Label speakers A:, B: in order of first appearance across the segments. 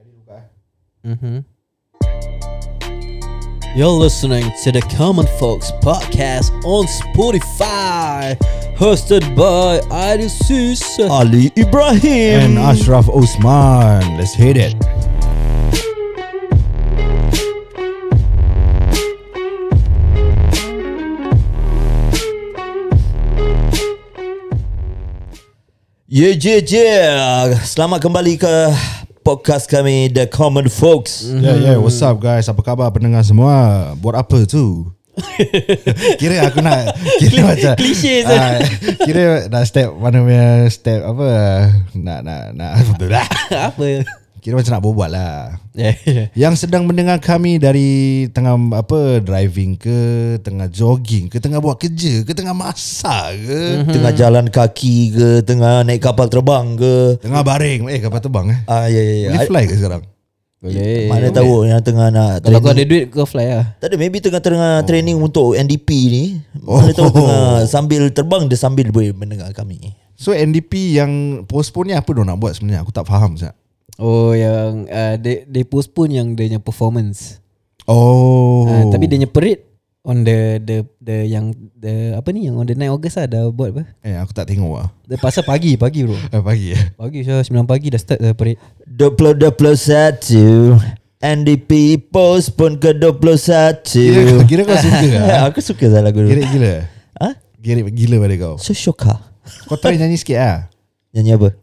A: Okay.
B: Mm-hmm. You're listening to the Common Folks podcast on Spotify, hosted by Adisus
A: Ali Ibrahim
B: And
A: Ashraf Osman. Let's hit it.
C: Yeah, yeah, yeah. Selamat kembali ke podcast kami The Common Folks.
A: Yeah, yeah. Hmm. What's up, guys? Apa khabar pendengar semua? Buat apa tu? kira aku nak kira macam
B: klise je.
A: Ah, kira nak step mana punya step apa nak nak nak
B: Apa?
A: kira macam nak berbual lah
B: Yeah, yeah.
A: yang sedang mendengar kami dari tengah apa driving ke tengah jogging ke tengah buat kerja ke tengah masak ke
B: Mm-hmm.
C: Tengah jalan kaki ke, tengah naik kapal terbang ke.
A: tengah baring eh kapal terbang eh
C: Ah, ya, ya, ya.
A: boleh fly ke sekarang
B: Boleh.
C: Mana tahu yang tengah nak
B: lah. Kalau kau ada
C: training.
B: Oh. duit kau fly lah.
C: Tak ada, maybe tengah-tengah training untuk NDP ni. Mana tahu
A: Oh.
C: tengah sambil terbang, dia sambil boleh mendengar kami.
A: so NDP yang postpone ni apa dia nak buat sebenarnya aku tak faham sat
B: Oh yang uh, they, they postpone yang dia punya performance.
A: oh
B: Oh. Uh, tapi dia punya parade on the the the yang the apa ni yang on the 9 August lah dah buat apa?
A: eh aku tak tengok lah
B: Dia pasal pagi pagi bro.
A: eh, pagi eh
B: Pagi saya 9 pagi dah start dah parade.
C: 2021. NDP postpone ke
A: kira,
C: 21.
A: kira kau suka lah
C: Ya, aku suka lah lagu
A: Gila
C: tu.
A: gila
C: Ha?
A: Gila gila pada kau
C: So syokah.
A: Kau try nyanyi sikit lah
C: Nyanyi apa?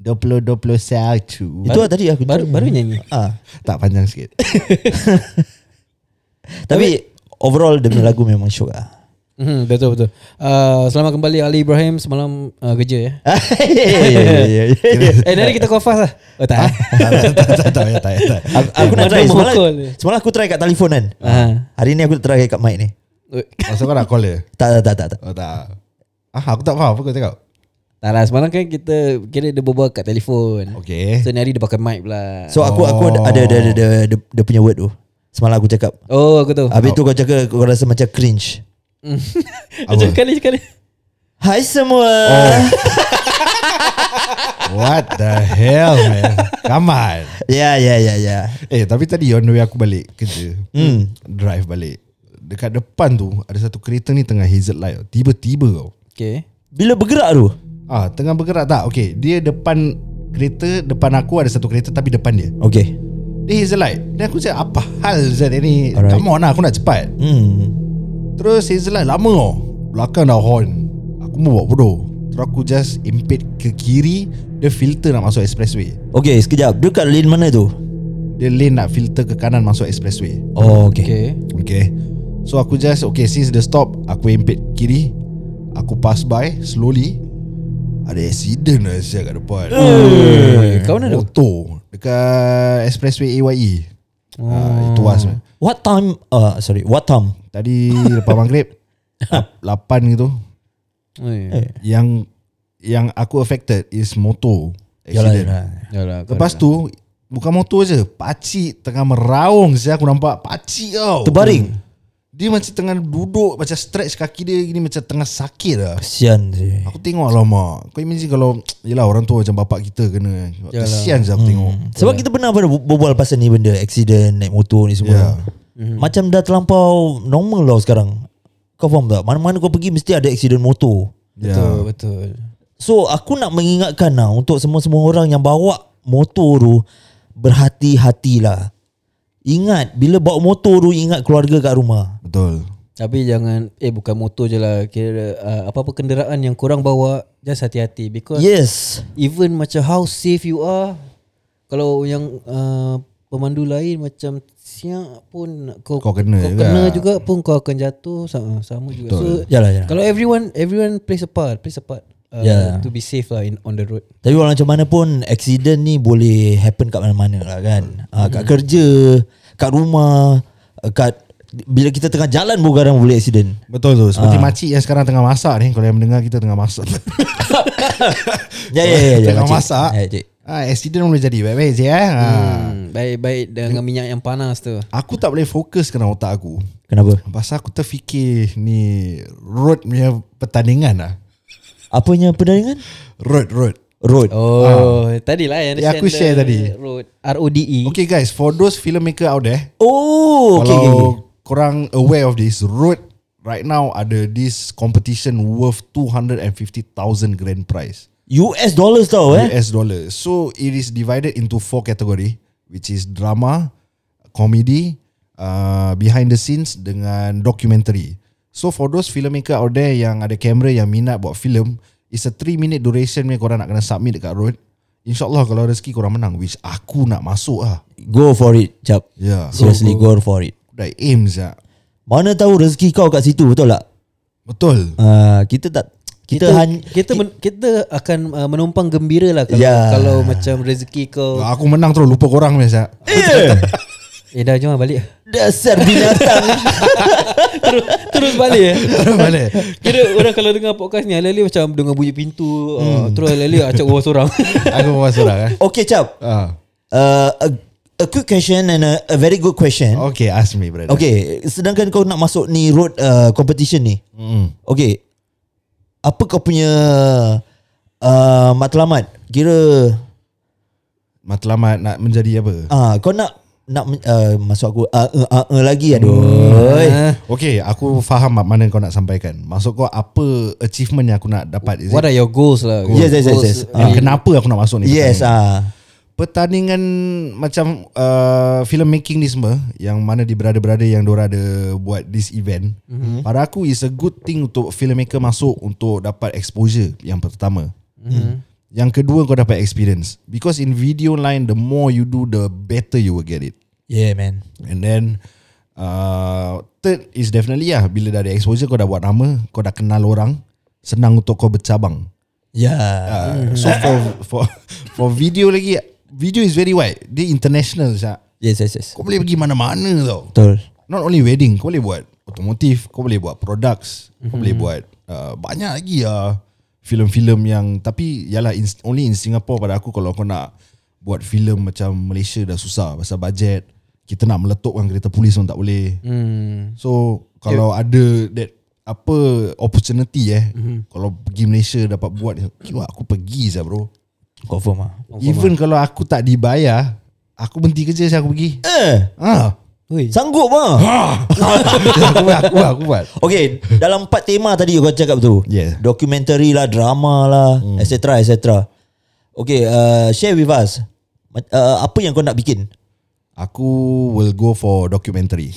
A: 2021
C: Itu lah tadi aku
B: Baru
C: try.
B: baru nyanyi.
C: Ah,
A: Tak panjang sikit
C: tapi overall dia punya lagu memang syok ah.
B: Hmm, betul betul. Uh, selamat kembali Ali Ibrahim semalam uh, kerja ya. eh nanti kita call fast lah. Oh tak.
A: Tak tak tak tak tak, tak, tak.
C: Aku, aku nak
B: Macam
C: try semalam.
B: mengukul.
C: Semalam aku try kat telefon kan.
B: Ha.
C: Hari ni aku try kat mic ni.
A: Maksud kau nak call dia
C: Tak tak tak tak. tak.
A: Oh tak Ah, aku tak faham apa kau cakap
B: Tak lah semalam kan kita kira dia berbual kat telefon.
A: Okay
B: So ni hari dia pakai mic pula.
C: So aku aku ada ada ada, ada, ada, ada dia punya word tu. Semalam aku cakap.
B: oh aku tahu.
C: Habis tu kau cakap kau rasa macam cringe.
B: Macam kali sekali.
C: Hai semua.
A: Oh. What the hell man Come on
C: Ya ya ya ya.
A: Eh tapi tadi on the way aku balik kerja
C: Hmm.
A: Drive balik Dekat depan tu Ada satu kereta ni tengah hazard light tau. Tiba-tiba kau
B: Okay.
C: Bila bergerak tu.
A: Ah, tengah bergerak tak? Okay, dia depan kereta, depan aku ada satu kereta tapi depan dia.
C: Okay.
A: Dia Hazelite. Dan aku cakap, apa hal Zat ni?
C: Alright.
A: Come on lah, aku nak cepat.
C: Hmm.
A: Terus Hazelite lama oh. Belakang dah horn. Aku mau buat bodoh. Terus aku just impede ke kiri, dia filter nak masuk expressway.
C: Okay sekejap. Dia kat lane mana tu?
A: Dia lane nak filter ke kanan masuk expressway.
C: Oh okay.
B: Okay.
A: Okay. So aku just, okay since the stop, aku impede kiri. Aku pass by slowly. Ada accident lah siap kat depan.
B: Eh, kau mana tu?
A: Motor Dekat Expressway AYE oh. uh, Itu was man.
C: What time? Uh, sorry. What time?
A: Tadi lepas maghrib lap- Lapan gitu
B: Eh.
A: Yang Yang aku affected Is motor
C: Yalah,
A: Accident
B: Yalah,
C: yalah.
B: Ya lah, kau
A: Lepas tu Bukan motor je Pakcik tengah meraung Saya aku nampak Pakcik tau
C: Terbaring.
A: Dia macam tengah duduk Macam stretch kaki dia Gini macam tengah sakit lah
C: Kesian je.
A: Aku tengok lah mak Kau imagine kalau Yelah orang tua macam bapak kita kena Kesian je aku
C: Hmm.
A: tengok
C: Sebab kita pernah ber- berbual pasal ni benda accident naik motor ni semua.
A: Ya.
C: Yeah. Macam dah terlampau normal lah sekarang. Kau faham tak? Mana-mana kau pergi mesti ada accident motor.
B: Betul, ya, betul.
C: So aku nak mengingatkan lah untuk semua-semua orang yang bawa motor tu berhati-hatilah. Ingat bila bawa motor tu ingat keluarga kat rumah.
A: Betul
B: Tapi jangan eh bukan motor je lah kira uh, apa-apa kenderaan yang korang bawa just hati-hati because
C: Yes.
B: even macam how safe you are kalau yang uh, pemandu lain macam siap pun nak- kau
A: Kau kena lah.
B: kau
A: juga.
B: kena juga pun kau akan jatuh sama, sama juga. So
C: Yalah yalah.
B: kalau everyone everyone plays a part, plays a part uh,
C: Yeah.
B: to be safe lah in on the road.
C: Tapi walau macam mana pun accident ni boleh happen kat mana-mana lah kan. Ha, kat kerja, kat rumah, eh, kat bila kita tengah jalan pun kadang boleh accident.
A: Betul tu Seperti
C: Ah.
A: makcik yang sekarang tengah masak ni Kalau yang mendengar kita tengah masak
C: Ya ya ya.
A: Tengah
C: makcik.
A: masak
C: Ya, cik.
A: ah, Accident boleh jadi Baik-baik je eh ha.
B: Hmm, baik-baik dengan minyak yang panas tu.
A: Aku tak boleh fokus kena otak aku
C: Kenapa?
A: Pasal aku terfikir ni Road punya pertandingan lah
C: Apanya perdagangan?
A: Road road
C: road.
B: Oh, tadi lah yang
A: Ya, aku share tadi.
B: Road R O D E.
A: Okay guys For those filmmaker out there
C: Oh, okay.
A: Kalau
C: okay, okay.
A: korang aware of this Road Right now ada this competition worth 250,000 grand prize
C: US dollars tau eh.
A: US dollar. So it is divided into four category, which is drama, comedy, uh, behind the scenes dengan documentary. So for those filmmaker out there yang ada kamera yang minat buat film, it's a 3 minute duration ni korang nak kena submit dekat road. InsyaAllah kalau rezeki korang menang, which aku nak masuk lah.
C: Go for it, cap.
A: Ya. Yeah.
C: Seriously, go for it.
A: Dah aim sah.
C: Mana tahu rezeki kau kat situ, betul tak?
A: Betul.
C: Uh, kita tak kita,
B: kita
C: han,
B: kita men, kita akan uh, menumpang gembira lah kalau
C: Ya.
B: kalau macam rezeki kau
A: Aku menang terus lupa korang ni sah.
B: eh dah jom lah balik
C: dasar binatang.
B: terus terus balik eh.
A: Balik.
B: Kira orang kalau dengar podcast ni Alih-alih macam Dengar bunyi pintu uh, Terus alih-alih Acak orang seorang
A: Aku masuk lah kan.
C: okay, cap.
A: Ah.
C: Uh, a, a quick question and a, a very good question.
A: Okay, ask me brother.
C: Okay, sedangkan kau nak masuk ni road uh, competition ni.
A: Mm.
C: Okay. Apa kau punya uh, matlamat? Kira
A: Matlamat nak menjadi apa?
C: ah uh, kau nak nak men- uh, masuk aku uh, uh, uh, uh, lagi aduh.
B: Ah.
A: Okay aku faham mak mana kau nak sampaikan Maksud kau apa achievement yang aku nak dapat is it?
B: What are your goals lah
C: Yes, yes, Ah, yes, yes.
A: And kenapa aku nak masuk ni
C: Yes
A: pertandingan?
C: ah.
A: Pertandingan macam uh, filmmaking ni semua Yang mana di berada-berada yang diorang ada buat this event mm-hmm. Pada aku is a good thing untuk filmmaker masuk Untuk dapat exposure yang pertama
B: Mhm.
A: Yang kedua kau dapat experience Because in video line the more you do the better you will get it
C: Yeah man.
A: And then uh, Third is definitely lah Bila dah ada exposure Kau dah buat nama Kau dah kenal orang Senang untuk kau bercabang
C: Yeah.
A: uh, So for, for For video lagi Video is very wide Dia international sah.
C: Yes yes yes.
A: Kau boleh pergi mana-mana tau
C: Betul.
A: Not only wedding Kau boleh buat Otomotif Kau boleh buat products Kau boleh buat uh, Banyak lagi lah Film-film yang Tapi Yalah in, Only in Singapore pada aku Kalau kau nak Buat film macam Malaysia dah susah Pasal bajet Kita nak meletupkan kereta polis pun tak boleh
B: Hmm.
A: So kalau yeah. ada that apa opportunity eh mm-hmm. kalau pergi Malaysia dapat buat kira aku pergi sah bro.
C: Confirm ah.
A: Even kalau aku tak dibayar, aku berhenti kerja saya aku pergi.
C: Eh,
A: Ha.
B: Ui.
C: sanggup ah.
A: aku buat, aku buat, aku buat.
C: Okay, dalam empat tema tadi kau cakap tu.
A: Yeah.
C: Documentary lah, drama lah, hmm. etc etc. Okay, uh, share with us. Mat- Uh, apa yang kau nak bikin?
A: Aku will go for documentary.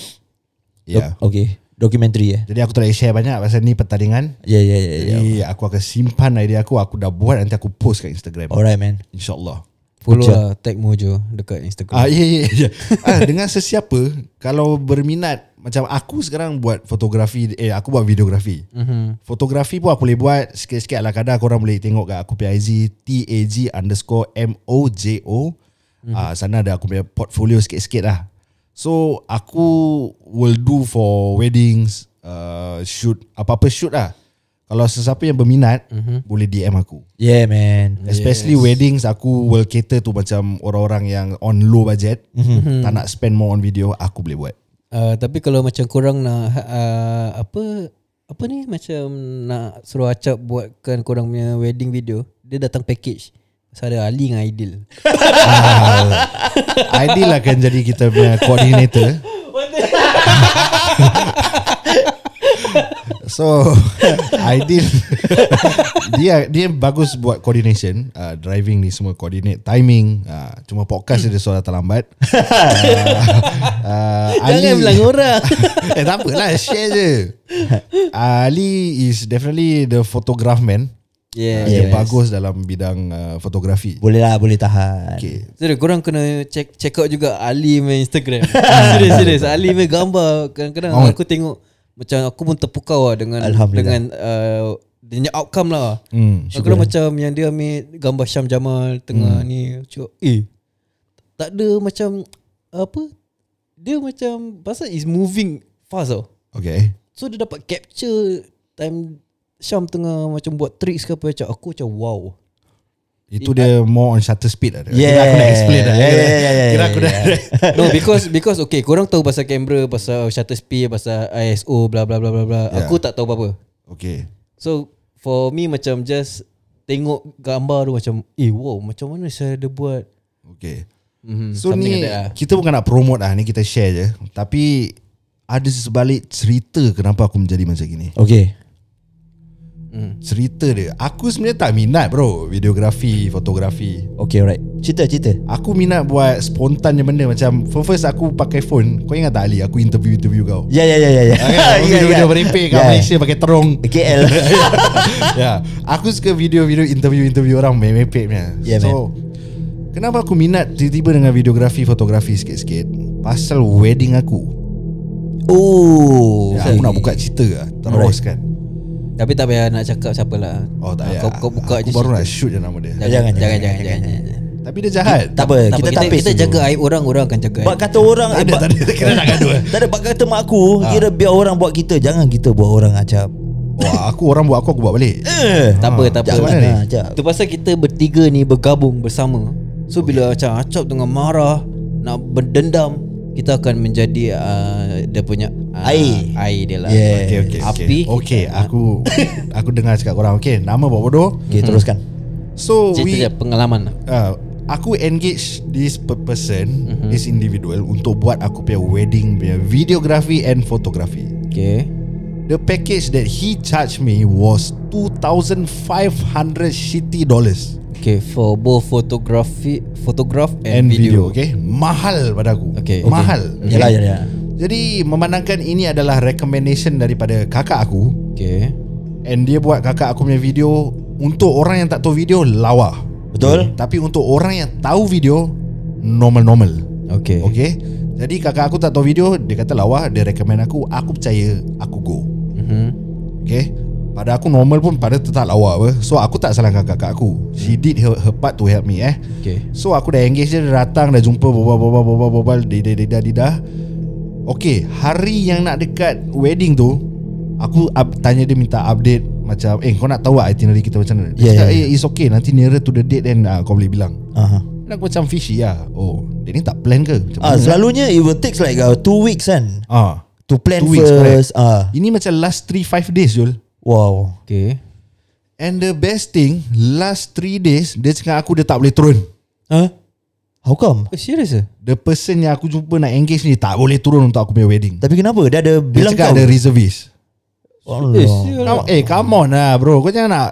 A: Yeah.
C: Doc- okay, documentary eh.
A: Jadi aku tak nak share banyak pasal ni pertandingan.
C: Ya ya ya ya.
A: Jadi aku akan simpan idea aku, aku dah buat nanti aku post kat Instagram.
C: Alright man.
A: InsyaAllah.
B: Follow lah Tag Mojo Dekat
A: Ah
B: Instagram
A: ya ya ya. Ah dengan sesiapa kalau berminat macam aku sekarang buat fotografi eh aku buat videografi. Mm-hmm. Fotografi pun aku boleh buat sikit-sikit ala kadar korang boleh tengok kat aku punya IG TAG underscore M-O-J-O mm-hmm. ah, Sana ada aku punya portfolio sikit-sikit lah So aku will do for weddings uh, Shoot apa-apa shoot lah Kalau sesiapa yang berminat mm-hmm. boleh DM aku
C: Yeah man.
A: Especially yes. weddings Aku will cater tu Macam orang-orang yang On low budget mm-hmm. Tak nak spend more on video Aku boleh buat
B: uh, Tapi kalau macam korang nak uh, Apa Apa ni Macam Nak suruh Acap Buatkan korang punya Wedding video Dia datang package Pasal ada Ali dengan Aidil
A: Ah, Ideal akan jadi kita punya Coordinator So Ideal Dia dia bagus buat coordination uh, Driving ni semua Coordinate timing uh, Cuma podcast dia suara terlambat uh, uh,
B: Jangan bilang orang
A: eh tak apalah Share je Ah, Ali is definitely The photograph man
B: Yeah,
A: Dia
B: yeah.
A: bagus dalam bidang uh, fotografi
C: Boleh lah boleh tahan.
A: Okay
B: Serius korang kena check check out juga Ali main Instagram. serius serius Ali main gambar kadang-kadang
A: Oh.
B: aku tengok macam aku pun terpukau lah dengan
C: Alhamdulillah.
B: dengan uh, dia punya outcome lah.
A: hmm.
B: Kalau macam yang dia ambil gambar Syam Jamal tengah hmm. ni cakap, eh tak ada macam apa dia macam pasal is moving fast tau.
A: Okay
B: So dia dapat capture time Syam tengah macam buat tricks ke apa macam aku macam wow.
A: Itu dia more on shutter speed lah
C: Yeah.
A: Kira aku dah explain lah
C: Yeah, yeah, yeah, yeah,
A: Kira aku dah
B: No because because okay korang tahu pasal kamera pasal shutter speed pasal ISO bla bla bla bla bla.
A: Yeah.
B: Aku tak tahu apa-apa.
A: Okay
B: So for me macam just tengok gambar tu macam eh wow macam mana saya ada buat
A: Okay
B: mm,
C: Hmm,
A: So ni Kita bukan nak promote lah Ni kita share je Tapi Ada sebalik cerita Kenapa aku menjadi macam gini
C: Okay
A: Cerita dia Aku sebenarnya tak minat bro Videografi Fotografi
C: Okay alright Cerita cerita
A: Aku minat buat Spontan je benda Macam First, first aku pakai phone Kau ingat tak Ali Aku interview-interview kau
C: Ya ya ya ya ya.
A: Ah, kan?
C: Ya,
A: Video-video
C: ya.
A: merepek kat
C: Ya.
A: Malaysia pakai terong
C: KL
A: ya. Aku suka video-video interview-interview orang merepek punya.
B: Ya,
C: Yeah,
A: so kenapa aku minat tiba-tiba dengan videografi fotografi sikit-sikit? Pasal wedding aku.
C: Oh
A: Ya, aku nak buka cerita lah Terus kan
B: Tapi tak payah nak cakap siapa lah
A: Oh
B: Ah,
A: tak payah
B: Kau, kau buka
A: Aku
B: je
A: baru nak shoot je nama dia
B: Jangan
C: Jangan,
B: jangan jangan,
C: jangan,
B: jangan, jangan,
A: Tapi dia jahat
C: Tak apa
B: Tak
C: Kita
B: apa,
C: tapis
B: kita, kita
C: dulu.
B: jaga aib orang Orang akan jaga
C: Bak
B: aib
C: kata orang
A: Tak ada,
C: bak-
A: tak ada. Kira nak gaduh, Ah. eh.
C: Tak ada bak kata mak aku Kira biar orang buat kita Jangan kita buat orang acap
A: Wah aku orang buat aku Aku buat balik
C: Eh
B: Tak apa tak apa Ah,
A: Jangan,
C: eh.
B: Itu pasal kita bertiga ni Bergabung bersama So bila macam Acap dengan marah Nak berdendam Kita akan menjadi uh, Dia punya uh,
C: Air.
B: Air dia lah
A: Okay
C: Yeah.
A: okay okay.
B: Api
A: okay aku Aku dengar cakap korang Okay nama buat bodoh
C: Okay teruskan
A: So
B: Cerita
A: we
B: dia pengalaman lah
A: uh, aku engage this per- person,
B: Mhm.
A: mm-hmm. this individual untuk buat aku punya wedding punya videography and photography.
B: Okay
A: The package that he charged me was 2500 shitty dollars
B: Okay for both photography Photograph and,
A: and
B: video,
A: video, okay? Mahal pada aku.
B: Okay.
A: Mahal. Okay.
C: Yalah yalah
A: Jadi memandangkan ini adalah recommendation daripada kakak aku
B: Okay
A: and dia buat kakak aku punya video untuk orang yang tak tahu video lawa.
C: Betul?
A: Tapi untuk orang yang tahu video normal-normal.
B: Okay Okay,
A: Okay Jadi kakak aku tak tahu video Dia kata lawa Dia recommend aku Aku percaya Aku go
B: mm-hmm.
A: Okay Pada aku normal pun Pada tetap lawa apa So aku tak salahkan kakak aku She did her, her part to help me eh
B: okay.
A: So aku dah engage dia Dia datang dah jumpa Bobal-bobal-bobal-bobal Didah-didah-didah Okay Hari yang nak dekat wedding tu Aku up, tanya dia minta update Macam Eh kau nak tahu tak itinerary kita macam mana Dia
C: Yeah,
A: cakap
C: yeah,
A: Eh it's okay Nanti nearer to the date Then uh, kau boleh bilang
C: Aha.
A: Dan Aku macam fishy lah Oh Dia ni tak plan ke Macam
C: Ah,
A: mana?
C: selalunya it will takes like uh, two weeks kan
A: Ah.
C: to plan
A: Two weeks,
C: first. Ah,
A: Ini macam last 3-5 days Jul
C: wow.
B: okay.
A: And the best thing Last 3 days Dia cakap aku dia tak boleh turun
C: Huh? How come?
B: Oh, serious ke?
A: The person yang aku jumpa nak engage ni Tak boleh turun untuk aku punya wedding
C: Tapi kenapa? Dia ada
A: Dia
C: bilang
A: cakap
C: kau.
A: ada reservist
B: Eh,
C: Allah.
B: serious.
A: Come- Eh come on lah bro Kau jangan nak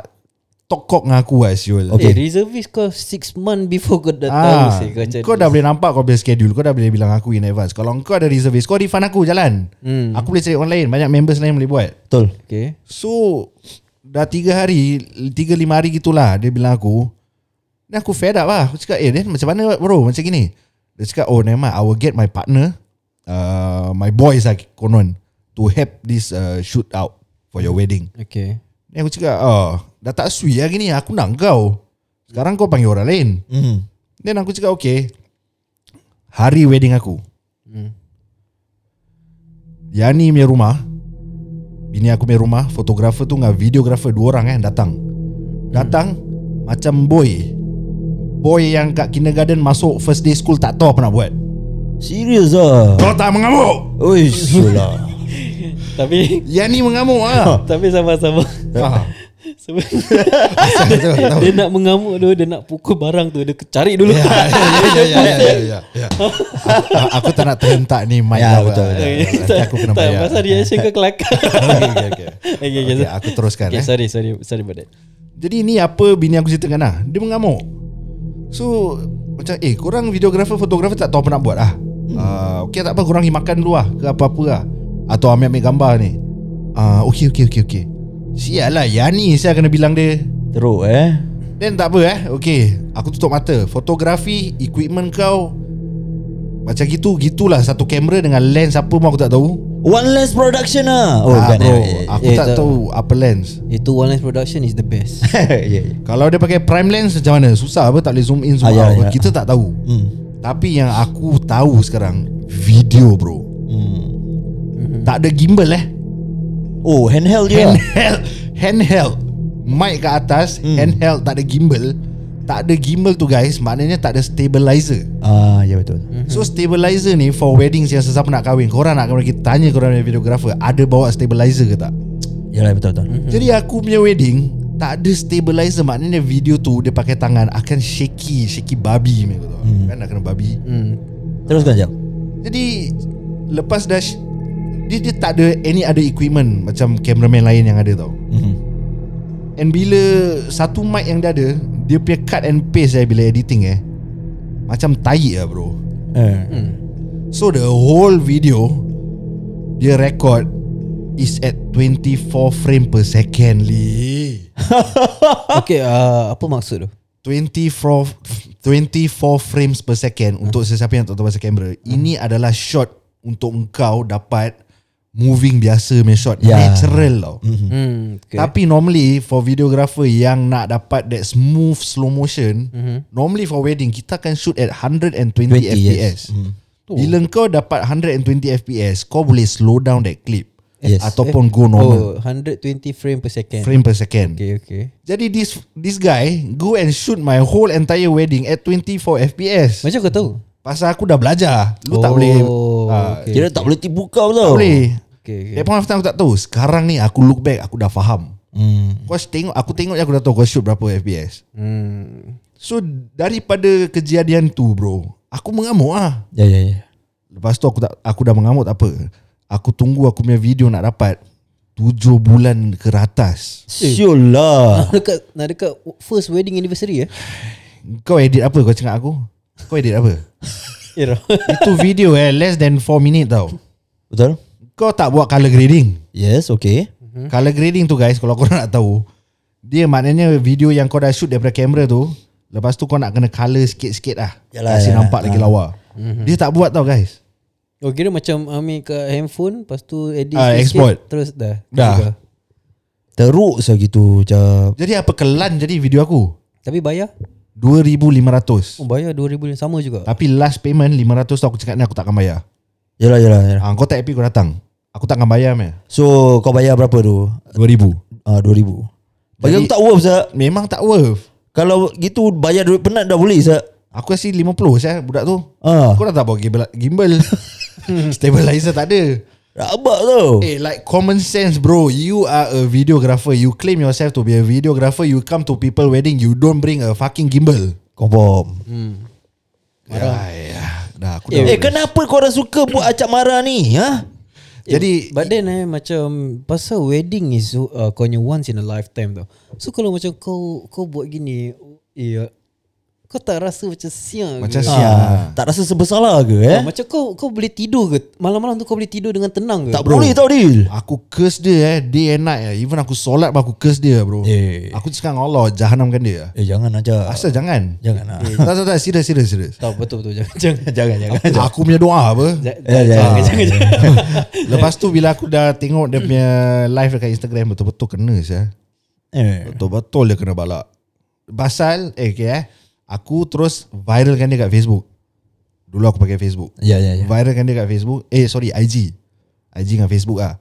A: Tokok dengan aku lah Syul
B: Okay. Eh, reservist kau 6 month before kau dah tahu
A: Ah,
B: sih kau jadi.
A: kau dah boleh nampak kau punya schedule Kau dah boleh bilang aku in advance Kalau kau ada reservist Kau refund aku jalan
B: Hmm.
A: Aku boleh cari orang lain Banyak members lain boleh buat
C: Betul.
B: Okay.
A: So Dah tiga hari Tiga lima hari gitulah Dia bilang aku Dan aku fed up lah Aku cakap Eh then macam mana bro Macam gini Dia cakap Oh never mind I will get my partner uh, My boys lah Konon To help this uh, shoot out For your wedding
B: Okay.
A: Then aku cakap oh, Dah tak sui lah gini Aku nak kau Sekarang kau panggil orang lain
C: Hmm.
A: Then aku cakap okay Hari wedding aku
B: Hmm.
A: Yani punya rumah Bini aku punya rumah Fotografer tu dengan videografer Dua orang kan datang Datang Macam boy Boy yang kat kindergarten Masuk first day school Tak tahu apa nak buat
C: Serius ah.
A: Kau tak mengamuk
C: Oi, sulah.
B: tapi
A: Yani mengamuk lah
B: tapi sama-sama
A: Ah.
B: Sebelum
A: Asal tu, tak tahu.
B: dia nak mengamuk dulu Dia nak pukul barang tu Dia ke- cari dulu
A: Ya, ya, ya, ya, ya, ya, ya. Aku- Aku tak nak terhentak ni mic
C: Ya,
A: kau.
C: betul, betul.
A: Nanti aku kena
B: tak,
A: bayar
B: Pasal reaction kau kelakar
A: okay, okay, okay.
B: Okay, okay,
A: okay, Aku teruskan
B: Okay
A: eh.
B: sorry sorry Sorry about that
A: Jadi ni apa bini aku ceritakan lah Dia mengamuk So Macam eh korang videographer fotografer tak tahu apa nak buat lah uh, Okay tak apa korang pergi makan dulu lah Ke apa-apa lah Atau ambil-ambil gambar ni uh, Okay okay okay okay Sial lah Yani saya kena bilang dia
C: Teruk eh.
A: Then tak apa eh Okay Aku tutup mata Fotografi Equipment kau Macam gitu Gitulah satu kamera dengan lens apa pun aku tak tahu
C: One less production ah. Oh,
A: ah,
C: bukan,
A: bro,
C: eh, eh,
A: Aku
B: eh,
A: tak
B: tak-
A: tahu apa lens
B: Itu one lens production is the best
C: eh. Ya, ya.
A: Kalau dia pakai prime lens macam mana? Susah apa tak boleh zoom in zoom
C: Ah, ya,
A: out.
C: ya.
A: Kita tak tahu.
C: Hmm.
A: Tapi yang aku tahu sekarang video bro.
C: Hmm.
A: Tak ada gimbal eh.
C: Oh, handheld je. lah.
A: Handheld, handheld. Mic ke atas,
C: Hmm.
A: handheld tak ada gimbal. Tak ada gimbal tu guys, maknanya tak ada stabilizer.
C: Ah, ya betul.
B: Hmm.
A: So stabilizer ni for weddings yang sesiapa nak kahwin, korang nak kahwin kita
C: Hmm.
A: tanya korang punya videographer, ada bawa stabilizer ke tak?
B: Hmm.
C: Yalah Ya lah, betul betul.
A: Jadi aku punya wedding tak ada stabilizer maknanya video tu dia pakai tangan akan shaky shaky babi macam tu hmm. kan nak kena babi
B: Hmm.
C: Teruskan jap.
A: jadi lepas dah sh- dia, dia tak ada any other equipment macam cameraman lain yang ada tau
C: Mhm.
A: And bila satu mic yang dia ada Dia punya cut and paste eh bila editing eh Macam tahi lah bro
B: Hmm,
C: Eh.
A: So the whole video Dia record Is at 24 frame per second Lee
B: Okay, uh, apa maksud tu?
A: 24 24 frames per second untuk sesiapa yang tak tahu pasal kamera. Ini adalah shot untuk engkau dapat moving biasa punya shot
C: Ya.
A: natural tau.
B: Hmm, okay.
A: Tapi normally for videographer yang nak dapat that smooth slow motion,
B: Mhm.
A: normally for wedding kita akan shoot at 120
C: 20, yes.
A: fps.
B: Mhm.
A: Bila kau dapat 120 fps, kau boleh slow down that clip
C: Yes.
A: ataupun go
B: Oh,
A: normal
B: 120 frame per second.
A: frame per second.
B: Okay, okay.
A: Jadi this this guy go and shoot my whole entire wedding at 24 FPS.
B: Macam kau tahu?
A: Pasal aku dah belajar. Lu tak
B: Oh,
A: boleh. Ah,
B: okay.
C: Kira tak boleh tipu kau
A: Tak
C: tau.
A: boleh.
B: Okay, okay.
A: That point of time aku tak tahu. Sekarang ni aku look back aku dah faham.
C: Hmm.
A: Kau tengok aku tengok je aku dah tahu kau shoot berapa FPS.
B: Hmm.
A: So daripada kejadian tu bro, aku mengamuk ah.
C: Ya ya ya.
A: Lepas tu aku tak aku dah mengamuk tak apa. Aku tunggu aku punya video nak dapat 7 bulan ke atas.
C: Siul lah.
B: Nak dekat nak dekat first wedding anniversary eh?
A: Kau edit apa kau cakap aku? Kau edit apa?
B: Ya.
A: Itu video eh less than 4 minit tau.
C: Betul?
A: Kau tak buat color grading
C: Yes, okay.
A: hmm. Color grading tu guys Kalau korang nak tahu Dia maknanya video yang kau dah shoot Daripada kamera tu Lepas tu kau nak kena color sikit-sikit lah
C: Yalah,
A: Kasi
C: yalah, Hmm.
A: nampak lagi lawa Dia tak buat tau guys
B: Oh kira macam ambil ke handphone Lepas tu edit
A: Ah,
B: sikit-sikit,
A: export.
B: Terus dah
A: Dah.
B: Juga.
C: Teruk saya gitu cap.
A: Jadi apa kelan jadi video aku
B: Tapi bayar
A: 2500
B: Oh bayar 2000 sama juga
A: Tapi last payment 500 tu aku cakap ni aku takkan bayar
C: Yalah yalah yalah.
A: ha, Kau tak happy kau datang Aku takkan bayar meh
C: So kau bayar berapa tu?
A: 2000
C: Ah 2000. Bagi
A: Jadi-
C: aku tak worth sah.
A: Memang tak worth
C: Kalau gitu bayar duit penat dah boleh sah.
A: Aku kasi 50 saya budak tu
C: Ah.
A: Kau dah tak bawa gimbal, gimbal. Stabilizer tak ada
C: Rabak tau.
A: Hey, Eh, like common sense, bro. You are a videographer. You claim yourself to be a videographer. You come to people wedding. You don't bring a fucking gimbal.
C: Confirm.
A: Ayah, dah aku dah.
C: Hmm. Eh, eh kenapa korang suka buat acak marah ni? Ha?
A: Jadi
B: But then eh Macam Pasal wedding is uh, Kau punya once in a lifetime tau So kalau macam kau Kau buat gini eh, Kau tak rasa macam siang
A: macam
B: ke?
A: siap.
C: Ah, tak rasa sebersalah ke eh?
B: Ah, Macam kau kau boleh tidur ke Malam-malam tu kau boleh tidur dengan tenang ke
C: tak boleh tau Dil.
A: Aku curse dia eh Day and night eh. Even aku solat pun aku curse dia bro
C: Eh.
A: Aku cakap dengan Allah Jahanamkan dia
C: Eh jangan aja.
A: Asal jangan
C: Jangan lah.
A: Tak tak tak Serius serius serius
B: Tak betul-betul Jangan Jangan
C: jangan jangan.
A: Aku punya doa apa
B: Jangan,
C: Ya, jangan,
B: jangan, jangan, jangan.
A: Lepas tu bila aku dah tengok Dia punya live dekat Instagram Betul-betul kena saya
C: Eh.
A: Betul-betul dia kena balak Pasal eh, okay, eh Aku terus viralkan dia kat Facebook Dulu aku pakai Facebook
C: Ya ya ya.
A: Viralkan dia kat Facebook Eh sorry IG IG dengan Facebook ah.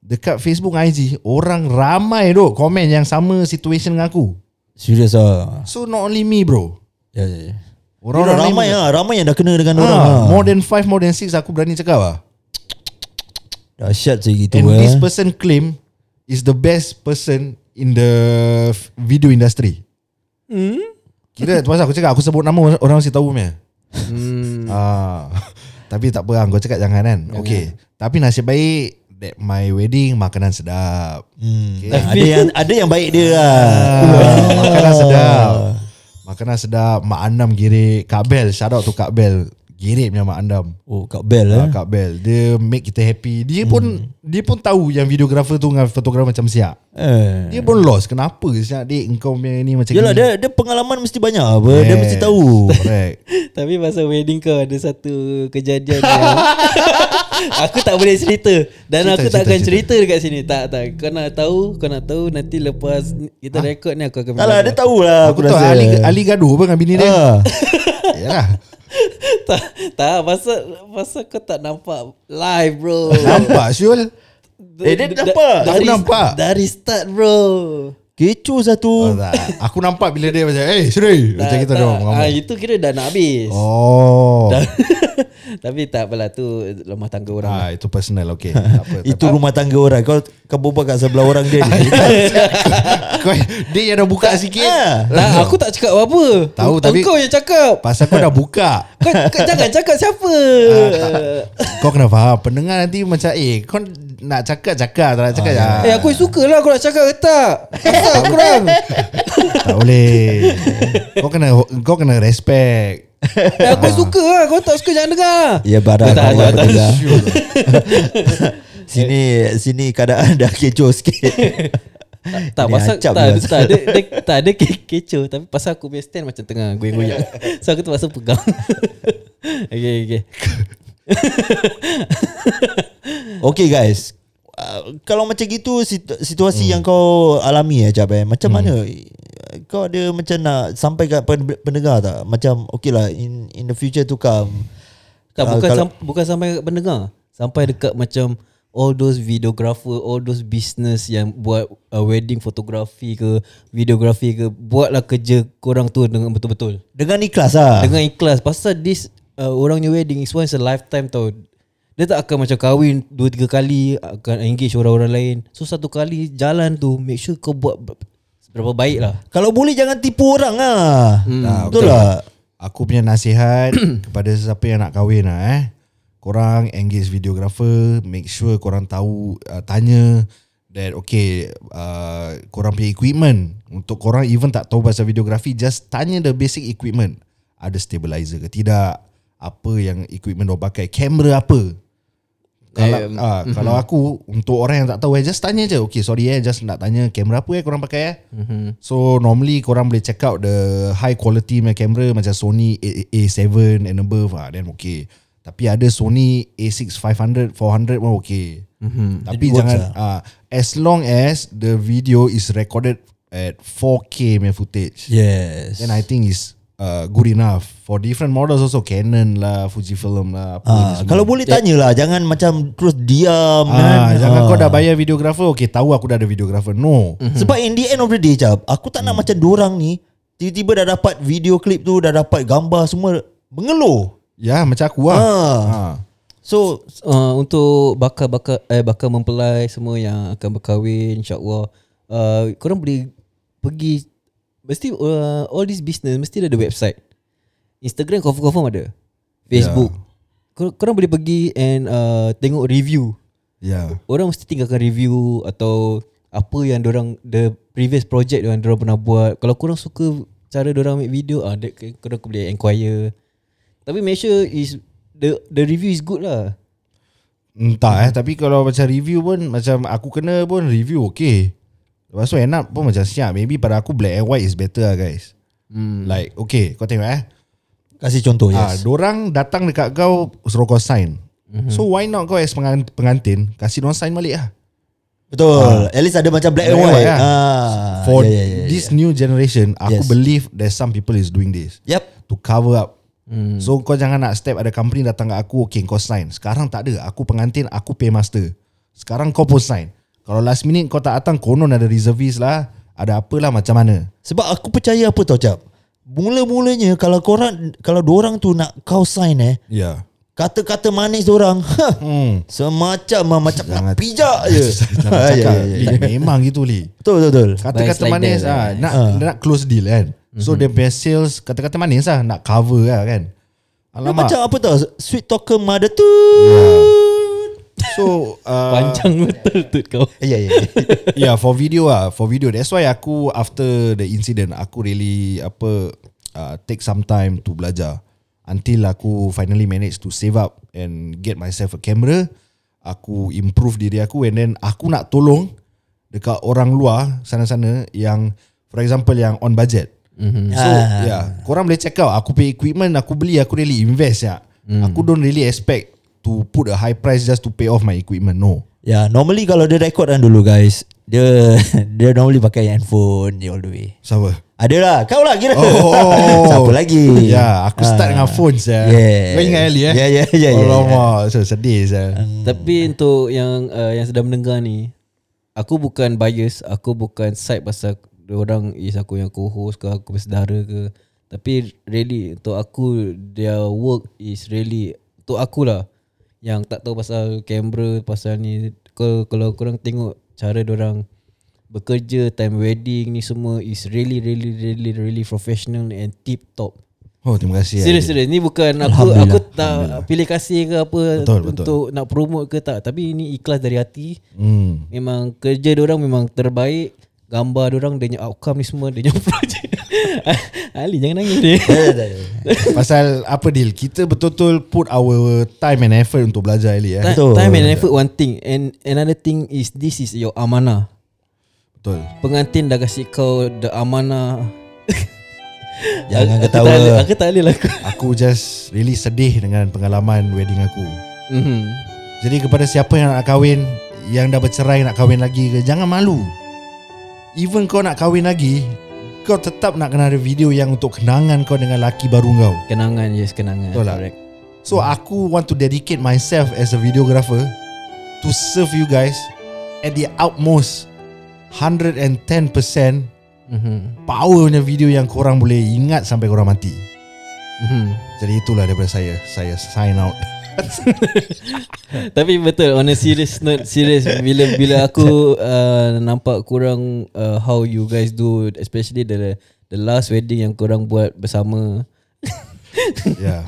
A: Dekat Facebook dengan IG Orang ramai duk komen yang sama situation dengan aku
C: Serius ah.
A: So not only me bro
C: Ya ya ya. Orang
A: Orang-orang
C: ramai
A: lain-
C: ah, ramai yang dah kena dengan orang.
A: Ah,
C: ah.
A: More than 5 more than 6 aku berani cakap lah
C: Dahsyat segitu
A: And
C: eh.
A: this person claim Is the best person In the f- video industry Kira tu pasal aku cakap Aku sebut nama orang- Orang mesti tahu punya
B: Hmm,
A: Ah, tapi tak apa lah, Kau cakap jangan kan Okay Tapi nasib baik That my wedding Makanan sedap
C: Hmm.
A: Okay.
C: Ada yang ada yang baik dia lah.
A: ah, Makanan sedap Makanan sedap Mak Andam girik Kak Bel Shout out to Kak Bel Girik punya Mak Andam
C: Oh, Kak Bel eh. Hmm.
A: Ah, Kak Bel Dia make kita happy Dia pun Dia pun tahu Yang videographer tu Dengan fotografer macam siap
C: Eh.
A: Dia pun lost Kenapa siap Dik engkau punya ni Macam
C: Yalah
A: ni
C: dia dia pengalaman mesti banyak apa. Dia
A: Yes,
C: mesti tahu.
A: Correct
B: Tapi pasal wedding kau ada satu kejadian yang aku tak boleh cerita dan
A: Cerita,
B: aku tak
A: cerita,
B: akan
A: cerita.
B: cerita. dekat sini. Tak tak. Kau nak tahu, kau nak tahu nanti lepas ni- kita ha? rekod ni aku akan
C: Taklah lah, dia tahulah
A: Aku,
C: aku,
A: tahu
C: rasa.
A: Ali, Ali gaduh apa dengan bini dia
C: Ah.
A: Yalah
B: tak, tak pasal pasal kau tak nampak live bro.
A: Nampak Syul
B: D-
C: Eh, dia
B: d-
C: nampak.
A: Aku nampak.
B: Dari start bro.
A: Oh,
C: Kecoh satu.
A: tak. Aku nampak bila dia macam Eh Sri Macam kita dah
B: ah,
A: mengamuk
B: Itu kira dah nak habis oh.
A: Oh
B: Tapi tak apalah tu rumah tangga orang
A: ah, Itu personal Okay tak apa,
C: Itu rumah tangga orang. Kau kau berbual kat sebelah orang dia ni.
A: Kau, Dia yang dah buka sikit
C: Ah.
B: Tak, Lah, aku tak cakap apa-apa
A: Tahu, tapi-
B: Engkau yang cakap
A: Pasal kau dah buka
B: kau, kau jangan cakap siapa
C: Ah,
A: Kau kena faham Pendengar nanti macam Eh kau nak cakap-cakap Tak nak
C: ya.
A: cakap ah,
B: Eh aku suka lah kau nak cakap ke tak Asal korang
A: Tak boleh Kau kena Kau kena respect
B: Eh aku suka lah Kau tak suka jangan dengar
C: Ya barang
B: Tak,
C: kawan
B: tak, tak.
C: bertiga.
A: Sure.
C: Sini sini keadaan dah kecoh sikit.
B: Tak
C: Ni
B: pasal
C: acap
B: tak,
C: lah.
B: tak, tak, dia, dia, tak dia ke, kecoh Tapi pasal aku punya stand macam tengah goyang-goyang So aku terpaksa pegang Okay okay
C: Okay guys. Uh, kalau macam gitu situ- situasi hmm. yang kau alami eh Cap eh. Macam hmm. mana eh, kau ada macam nak sampai kat pen- pendengar tak? Macam okay lah in, in the future to come.
B: Tak
C: Ah,
B: bukan
C: kalau-
B: sam, bukan sampai dekat pendengar Sampai dekat macam All those videographer All those business yang buat uh, Wedding photography ke Videography ke Buatlah kerja korang tu dengan betul-betul
C: Dengan ikhlas lah.
B: Dengan ikhlas Pasal this uh, Orangnya wedding Is once a lifetime tau Dia tak akan macam kahwin Dua tiga kali Akan engage orang-orang lain So satu kali Jalan tu Make sure kau buat ber- Berapa baik lah
C: Kalau boleh jangan tipu orang lah. Hmm. Nah, betul, lah.
A: Aku punya nasihat kepada sesiapa yang nak kahwin lah eh. Korang engage videographer, make sure korang tahu uh, tanya that okay uh, korang punya equipment untuk korang even tak tahu pasal videografi just tanya the basic equipment. Ada stabilizer ke tidak? Apa yang equipment dia pakai? Kamera apa? Kalau um, ah,
C: Mhm.
A: kalau aku untuk orang yang tak tahu eh just tanya je. Okay, sorry eh just nak tanya kamera apa eh korang pakai eh.
C: Mhm.
A: Mm-hmm. So normally korang boleh check out the high quality punya camera macam Sony A- A7 and above ah then okay. Tapi ada Sony A6 500 400 pun okay. Mm-hmm.
C: Mhm.
A: Tapi jangan
C: lah.
A: ah as long as the video is recorded at 4K punya footage.
C: Yes.
A: Then I think is uh, good enough for different models also Canon lah, Fujifilm lah. Apa ni
C: Ah,
A: semua.
C: kalau boleh tanyalah jangan macam terus diam
A: Ah,
C: kan.
A: jangan kau dah bayar videographer, okay tahu aku dah ada videographer. No.
C: Sebab in the end of the day Cap Aku tak nak macam dorang ni Tiba-tiba dah dapat video klip tu Dah dapat gambar semua Mengeluh
A: Ya, macam aku lah.
C: Ah.
A: Ha.
C: So
B: uh, Untuk bakar-bakar eh, Bakar mempelai Semua yang akan berkahwin InsyaAllah uh, Korang boleh Pergi Mesti uh, All this business Mesti dia ada website Instagram confirm-confirm ada Facebook yeah. Korang boleh pergi And uh, Tengok review
A: Ya.
B: orang mesti tinggalkan review atau apa yang orang the previous project yang orang pernah buat. Kalau korang suka cara orang make video, ah dia, korang boleh inquire. Tapi make sure is the the review is good lah.
A: Entah eh, tapi kalau macam review pun macam aku kena pun review okay. Lepas tu end up pun macam siap. Maybe pada aku black and white is better lah guys. Hmm. Like okay, kau tengok eh.
C: Kasih contoh
A: Ah,
C: yes Mhm.
A: dorang datang dekat kau suruh kau sign. Mm-hmm. So why not kau as pengan- pengantin kasih dorang sign balik lah.
C: Betul At least ada macam black
A: ah.
C: and
A: Black and white,
C: white
A: ah.
C: ah.
A: For
C: yeah, yeah, yeah.
A: this new generation, aku
C: Yes.
A: believe there's some people is doing this.
C: Yep
A: to cover up. Hmm. So kau jangan nak step ada company datang kat aku okay kau sign. Sekarang tak ada. Aku pengantin, aku pay master. Sekarang kau pun sign. Kalau last minute kau tak datang konon ada reservist lah, ada apalah macam mana.
C: Sebab aku percaya apa tau Cap Mula-mulanya Kalau korang Kalau dorang tu nak kau sign eh
A: Ya.
C: Kata-kata manis dorang
A: Hmm.
C: Semacam lah, Macam nak
A: Jangan-
C: pijak je
A: Jangan
C: Ah,
A: cakap.
C: ya, ya, ya.
A: Li, memang gitu Li.
C: Betul betul betul
A: Kata-kata
B: Baik, slide
A: manis
B: there,
A: ah,
B: right.
A: nak dia nak close deal kan. So dia punya sales kata-kata manis lah nak cover lah kan.
C: Dia
A: Alamak.
C: macam apa tau Sweet talker mother tu
A: So uh,
B: Panjang betul tu kau.
C: Ya ya ya
A: yeah, for video ah, for video. That's why aku after the incident, aku really apa uh, take some time to belajar until aku finally manage to save up and get myself a camera. Aku improve diri aku and then aku nak tolong dekat orang luar sana-sana yang for example yang on budget. Mm-hmm. So
C: Ah.
A: yeah, korang boleh check out aku pay equipment, aku beli, aku really invest ya. Mm. Aku don't really expect to put a high price just to pay off my equipment. No.
C: Ya, yeah, normally kalau dia record kan dulu guys, dia dia normally pakai handphone je all the way.
A: Sama.
C: Adalah, kau lah kira.
A: Oh.
C: Siapa lagi? Ah.
A: Ya, yeah, aku start dengan phone saya.
C: Yes.
A: Kau ingat Ali eh?
C: Ya, ya, ya, ya, Um.
A: Alamak, so sedih saya.
B: Tapi untuk yang uh, yang sedang mendengar ni Aku bukan bias Aku bukan side pasal Orang is aku yang co-host ke Aku bersedara ke Tapi really Untuk aku Their work is really Untuk akulah Yang tak tahu pasal kamera Pasal ni Kalau, kalau korang tengok Cara orang Bekerja Time wedding ni semua Is really really really really professional And tip top
A: Oh terima kasih
B: Serius serius ni bukan aku aku tak pilih kasih ke apa
A: Betul, betul.
B: untuk nak promote ke tak tapi ini ikhlas dari hati.
A: Hmm.
B: Memang kerja orang memang terbaik. Gambar orang dia punya outcome ni semua dia punya projek. Ali jangan nangis dia.
A: Pasal apa deal Kita betul-betul Put our time and effort Untuk belajar Ali eh.
B: Time,
C: Betul.
B: time and effort one thing and another thing is this is your amanah.
A: Betul
B: Pengantin dah kasih kau the amanah.
C: Jangan
B: Aku tak
C: ketawa.
B: boleh- Aku tak boleh lah aku.
A: Aku just Really sedih Dengan pengalaman wedding aku
B: Mhm.
A: Jadi kepada siapa yang nak kahwin Yang dah bercerai Nak kahwin lagi ke Jangan malu Even kau nak kahwin lagi Kau tetap nak kena ada video Yang untuk kenangan kau Dengan laki baru kau
B: Kenangan yes kenangan.
A: Betul tak?
B: Correct.
A: So
C: Hmm.
A: aku want to dedicate myself as a videographer to serve you guys at the utmost 110%
B: Mhm.
A: power punya video yang korang boleh ingat sampai korang mati.
B: Mhm.
A: Jadi itulah daripada saya. Saya sign out.
B: Tapi betul on a serious note serious bila bila aku uh, nampak kurang uh, how you guys do especially the the last wedding yang kurang buat bersama
A: Yeah.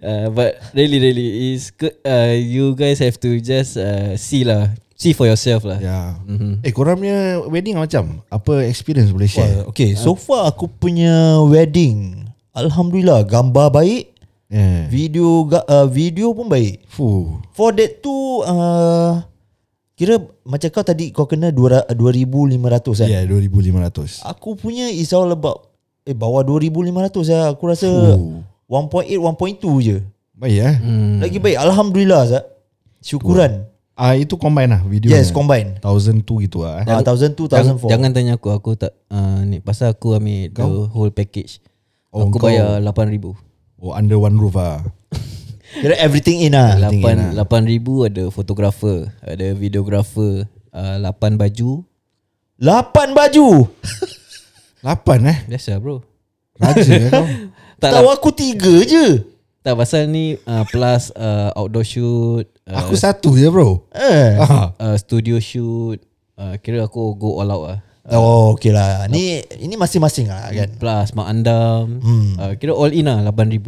B: uh, but really really is good uh, you guys have to just uh, see lah see for yourself lah.
A: Yeah.
C: Mhm.
A: Eh korang punya wedding macam apa experience boleh share?
C: Wah, okay,
B: Ah.
C: so far aku punya wedding, alhamdulillah gambar baik,
A: Yeah.
C: video ga- uh, video pun baik.
A: Eh. Fuh.
C: For that tu uh, kira macam kau tadi kau kena 2,000 2500 kan.
A: Yeah, 2500.
C: Aku punya is all about eh bawah 2500 lah. Aku rasa
A: Fuh.
C: 1.8 1.2 je.
A: Baik eh.
B: Hmm.
C: Lagi baik alhamdulillah Zak. Syukuran.
A: Ah itu combine lah video.
C: Yes, combine.
A: 1000 tu gitu ah. Eh.
C: Ah, 1000 tu
B: Jangan,
C: 1004.
B: jangan tanya aku aku tak uh, ni pasal aku ambil the whole package.
A: Oh,
B: aku
A: kau-
B: bayar 8000.
A: Oh under one roof ah.
C: Kira everything in
A: kan,
C: lah.
B: Lapan lapan ribu ada fotografer, ada videografer, uh, lapan baju.
C: 8 baju.
A: 8 eh.
B: Biasa bro.
A: Raja eh kau.
B: Tak lah,
C: Tahu aku 3 je.
B: tak pasal ni uh, plus uh, outdoor shoot, uh,
A: Aku satu je bro.
C: Eh.
A: Ah.
B: uh, studio shoot. Uh, kira aku go all out lah.
C: Oh, okay lah. Ni ini masing-masing lah kan.
B: Plus mak andam.
C: Hmm.
B: Uh, kira all in lah 8000.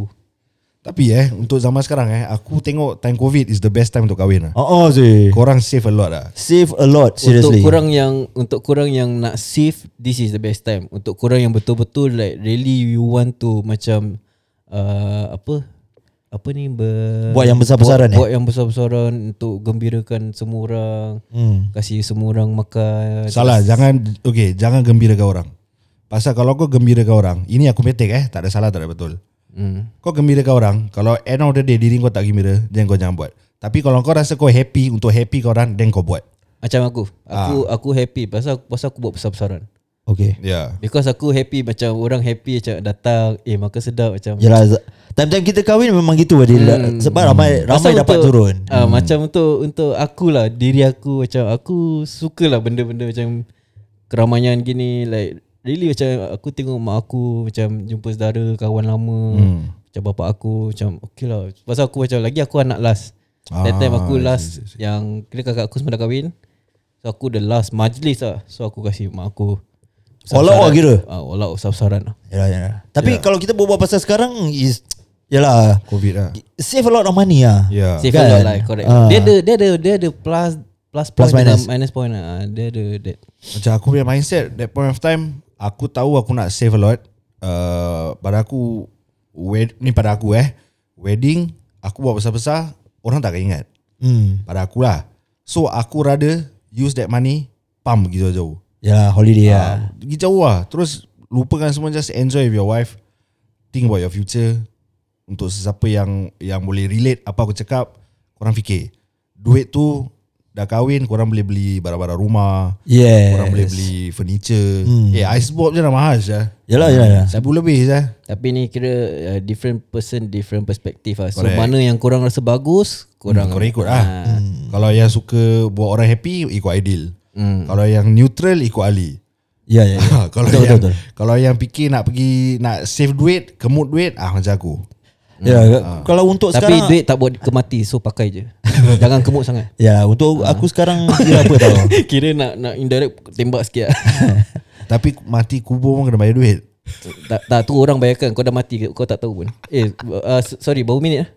A: Tapi eh Untuk zaman sekarang eh Aku tengok time covid Is the best time untuk kahwin lah
C: Oh, oh sih.
A: Korang save a lot lah
C: Save a lot
B: Untuk
C: seriously.
B: kurang yang untuk kurang yang nak save, this is the best time. Untuk kurang yang betul-betul like really you want to macam uh, apa? Apa ni ber
C: Buat yang
B: buat,
C: besar-besaran
B: eh? buat yang besar-besaran untuk gembirakan semua orang.
C: Hmm.
B: Kasih semua orang makan.
A: Salah jangan Okay jangan gembira kau orang Pasal kalau kau gembira kau orang Ini aku metik eh Tak ada salah tak ada betul
B: Hmm.
A: Kau gembira kau orang Kalau end of the day Diri kau tak gembira Then kau jangan buat Tapi kalau kau rasa kau happy Untuk happy kau orang Then kau buat
B: Macam aku. Aku ah. aku happy pasal pasal aku buat besar-besaran.
C: eh? Okay.
A: Ya
B: Because aku happy macam orang happy macam datang, eh makan sedap macam.
C: Yalah Z- Time-time kita kahwin memang gitu hmm. Sebab ramai ramai
B: Pasal
C: dapat
B: untuk,
C: turun Hmm.
B: Ah, macam untuk untuk akulah diri aku macam aku sukalah benda-benda macam keramaian gini like really macam aku tengok mak aku macam jumpa saudara, kawan lama. Hmm. Macam bapak aku macam okay lah Pasal aku macam lagi aku anak last
C: Ah,
B: That time aku last Yang kira kakak aku semua dah kahwin So aku the last majlis lah So aku kasih mak aku
C: All out lah
B: besar-besaran.
C: kira?
B: Ah, All out besar-besaran lah
C: Yalah, yalah. Tapi kalau kita berbual pasal sekarang is Yalah
A: Covid lah
C: Save a lot of money lah
A: Ya
B: Safe
C: Kan?
B: kan? lah correct.
C: Ah.
B: Dia ada dia ada dia ada plus plus point
C: Plus
B: minus.
C: minus.
B: minus point lah. Ah, Dia ada that.
A: Macam aku punya mindset That point of time Aku tahu aku nak save a lot uh, Pada aku wed- Ni pada aku eh Wedding Aku buat besar-besar Orang tak akan ingat
C: hmm.
A: Pada aku lah So aku rather Use that money Pump pergi jauh-jauh
C: Yalah holiday lah
A: Ah, Pergi jauh lah Terus Lupakan semua Just enjoy with your wife Think about your future Untuk sesiapa yang Yang boleh relate Apa aku cakap Korang fikir Duit tu Dah kahwin Korang boleh beli Barang-barang rumah
C: Eh, Yes
A: Orang boleh beli furniture
C: Hmm.
A: Eh icebox je dah mahal Syah
C: Yalah yalah, yalah.
A: Seribu lebih Syah
B: Tapi ni kira uh, different person different perspective lah. So
A: Correct.
B: mana yang kurang rasa bagus, kurang
A: ah. Hmm.
C: Hmm. Ah.
A: Korang ikut lah Kalau yang suka Buat orang happy Ikut ideal mm. Kalau yang neutral ikut Ali
C: Ya ya. ya.
A: ha, Kalau betul, yang
C: Hmm. Betul, betul, betul.
A: betul, betul. Kalau yang fikir nak pergi Nak save duit Kemut duit ah Macam aku
C: Ya,
A: Ah.
C: kalau untuk
B: Tapi
C: sekarang
B: duit tak buat kemati So pakai je Jangan kemuk sangat
C: Ya, untuk
B: Ah.
C: aku sekarang kira apa tau.
B: Kira nak nak indirect Tembak sikit lah.
A: Tapi mati kubur pun kena bayar duit
B: tak, tak tu orang bayarkan Kau dah mati ke Kau tak tahu pun Eh uh, s- sorry Berapa minit lah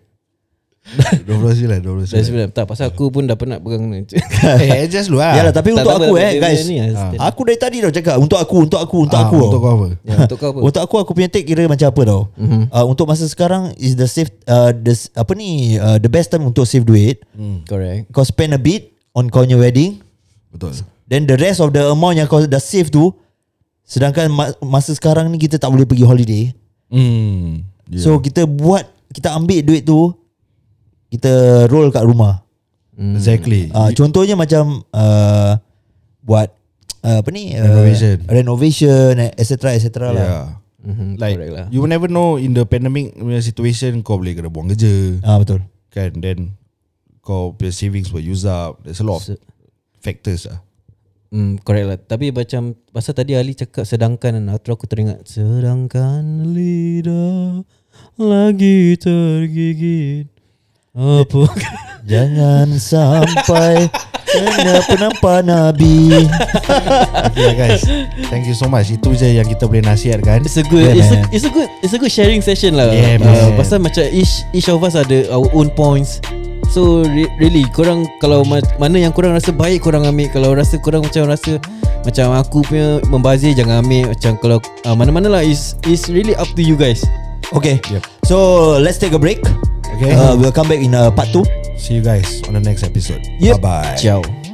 A: 29
B: Dah
A: 29
B: sembilan Tak pasal aku pun dah penat pegang ni
A: Eh adjust dulu lah
C: Yalah, tapi
B: Tak,
C: untuk
B: tak
C: aku
B: apa,
C: eh
B: dia
C: guys.
B: punya ni lah, stand.
C: Aku dari tadi dah cakap untuk aku, untuk aku, untuk
A: Ah,
C: aku.
A: Untuk kau apa
B: ya, Untuk kau apa
C: Untuk aku aku punya take kira macam apa tau. Mm-hmm. Uh, untuk masa sekarang is the safe uh, the s- apa ni uh, the best time untuk save duit.
B: Hmm.
C: Mm.
B: Correct
C: Kau spend a bit on kau punya wedding,
A: Betul
C: then the rest of the amount yang kau dah save tu sedangkan ma- masa sekarang ni kita tak boleh pergi holiday.
A: Hmm.
C: Yeah. So kita buat kita ambil duit tu kita roll kat rumah.
A: Exactly
C: Uh, contohnya macam uh, buat uh, apa ni uh,
A: Renovation.
C: renovation etc etc yeah. lah.
A: Yeah.
B: mm-hmm,
A: Like
B: Correct lah
A: You will never know In the pandemic punya situation Kau boleh kena buang kerja
C: Ah uh, betul.
A: Kan Then Kau punya savings will use up There's a lot of
B: So-
A: Factors lah
B: Hmm, correct lah. Tapi macam pasal tadi Ali cakap sedangkan kan, atau aku teringat sedangkan lidah lagi tergigit apa
C: Jangan sampai kena penampak Nabi.
A: Okay lah, guys Thank you so much Itu je yang kita boleh nasihatkan
B: It's a good
C: Yeah,
B: yeah, it's, a,
C: man.
B: it's a good it's a good sharing session lah. uh,
A: Yeah, man.
B: pasal macam each each of us ada our own points. So re- really korang kalau ma- mana yang korang rasa baik korang ambil kalau rasa korang macam rasa macam aku punya membazir jangan ambil macam kalau uh, mana-mana lah is is really up to you guys.
C: Okay.
A: Yep.
C: So let's take a break.
A: Okay
C: Uh, we'll come back in uh, part 2.
A: See you guys On the next episode
C: Yep.
A: Bye bye
B: Ciao.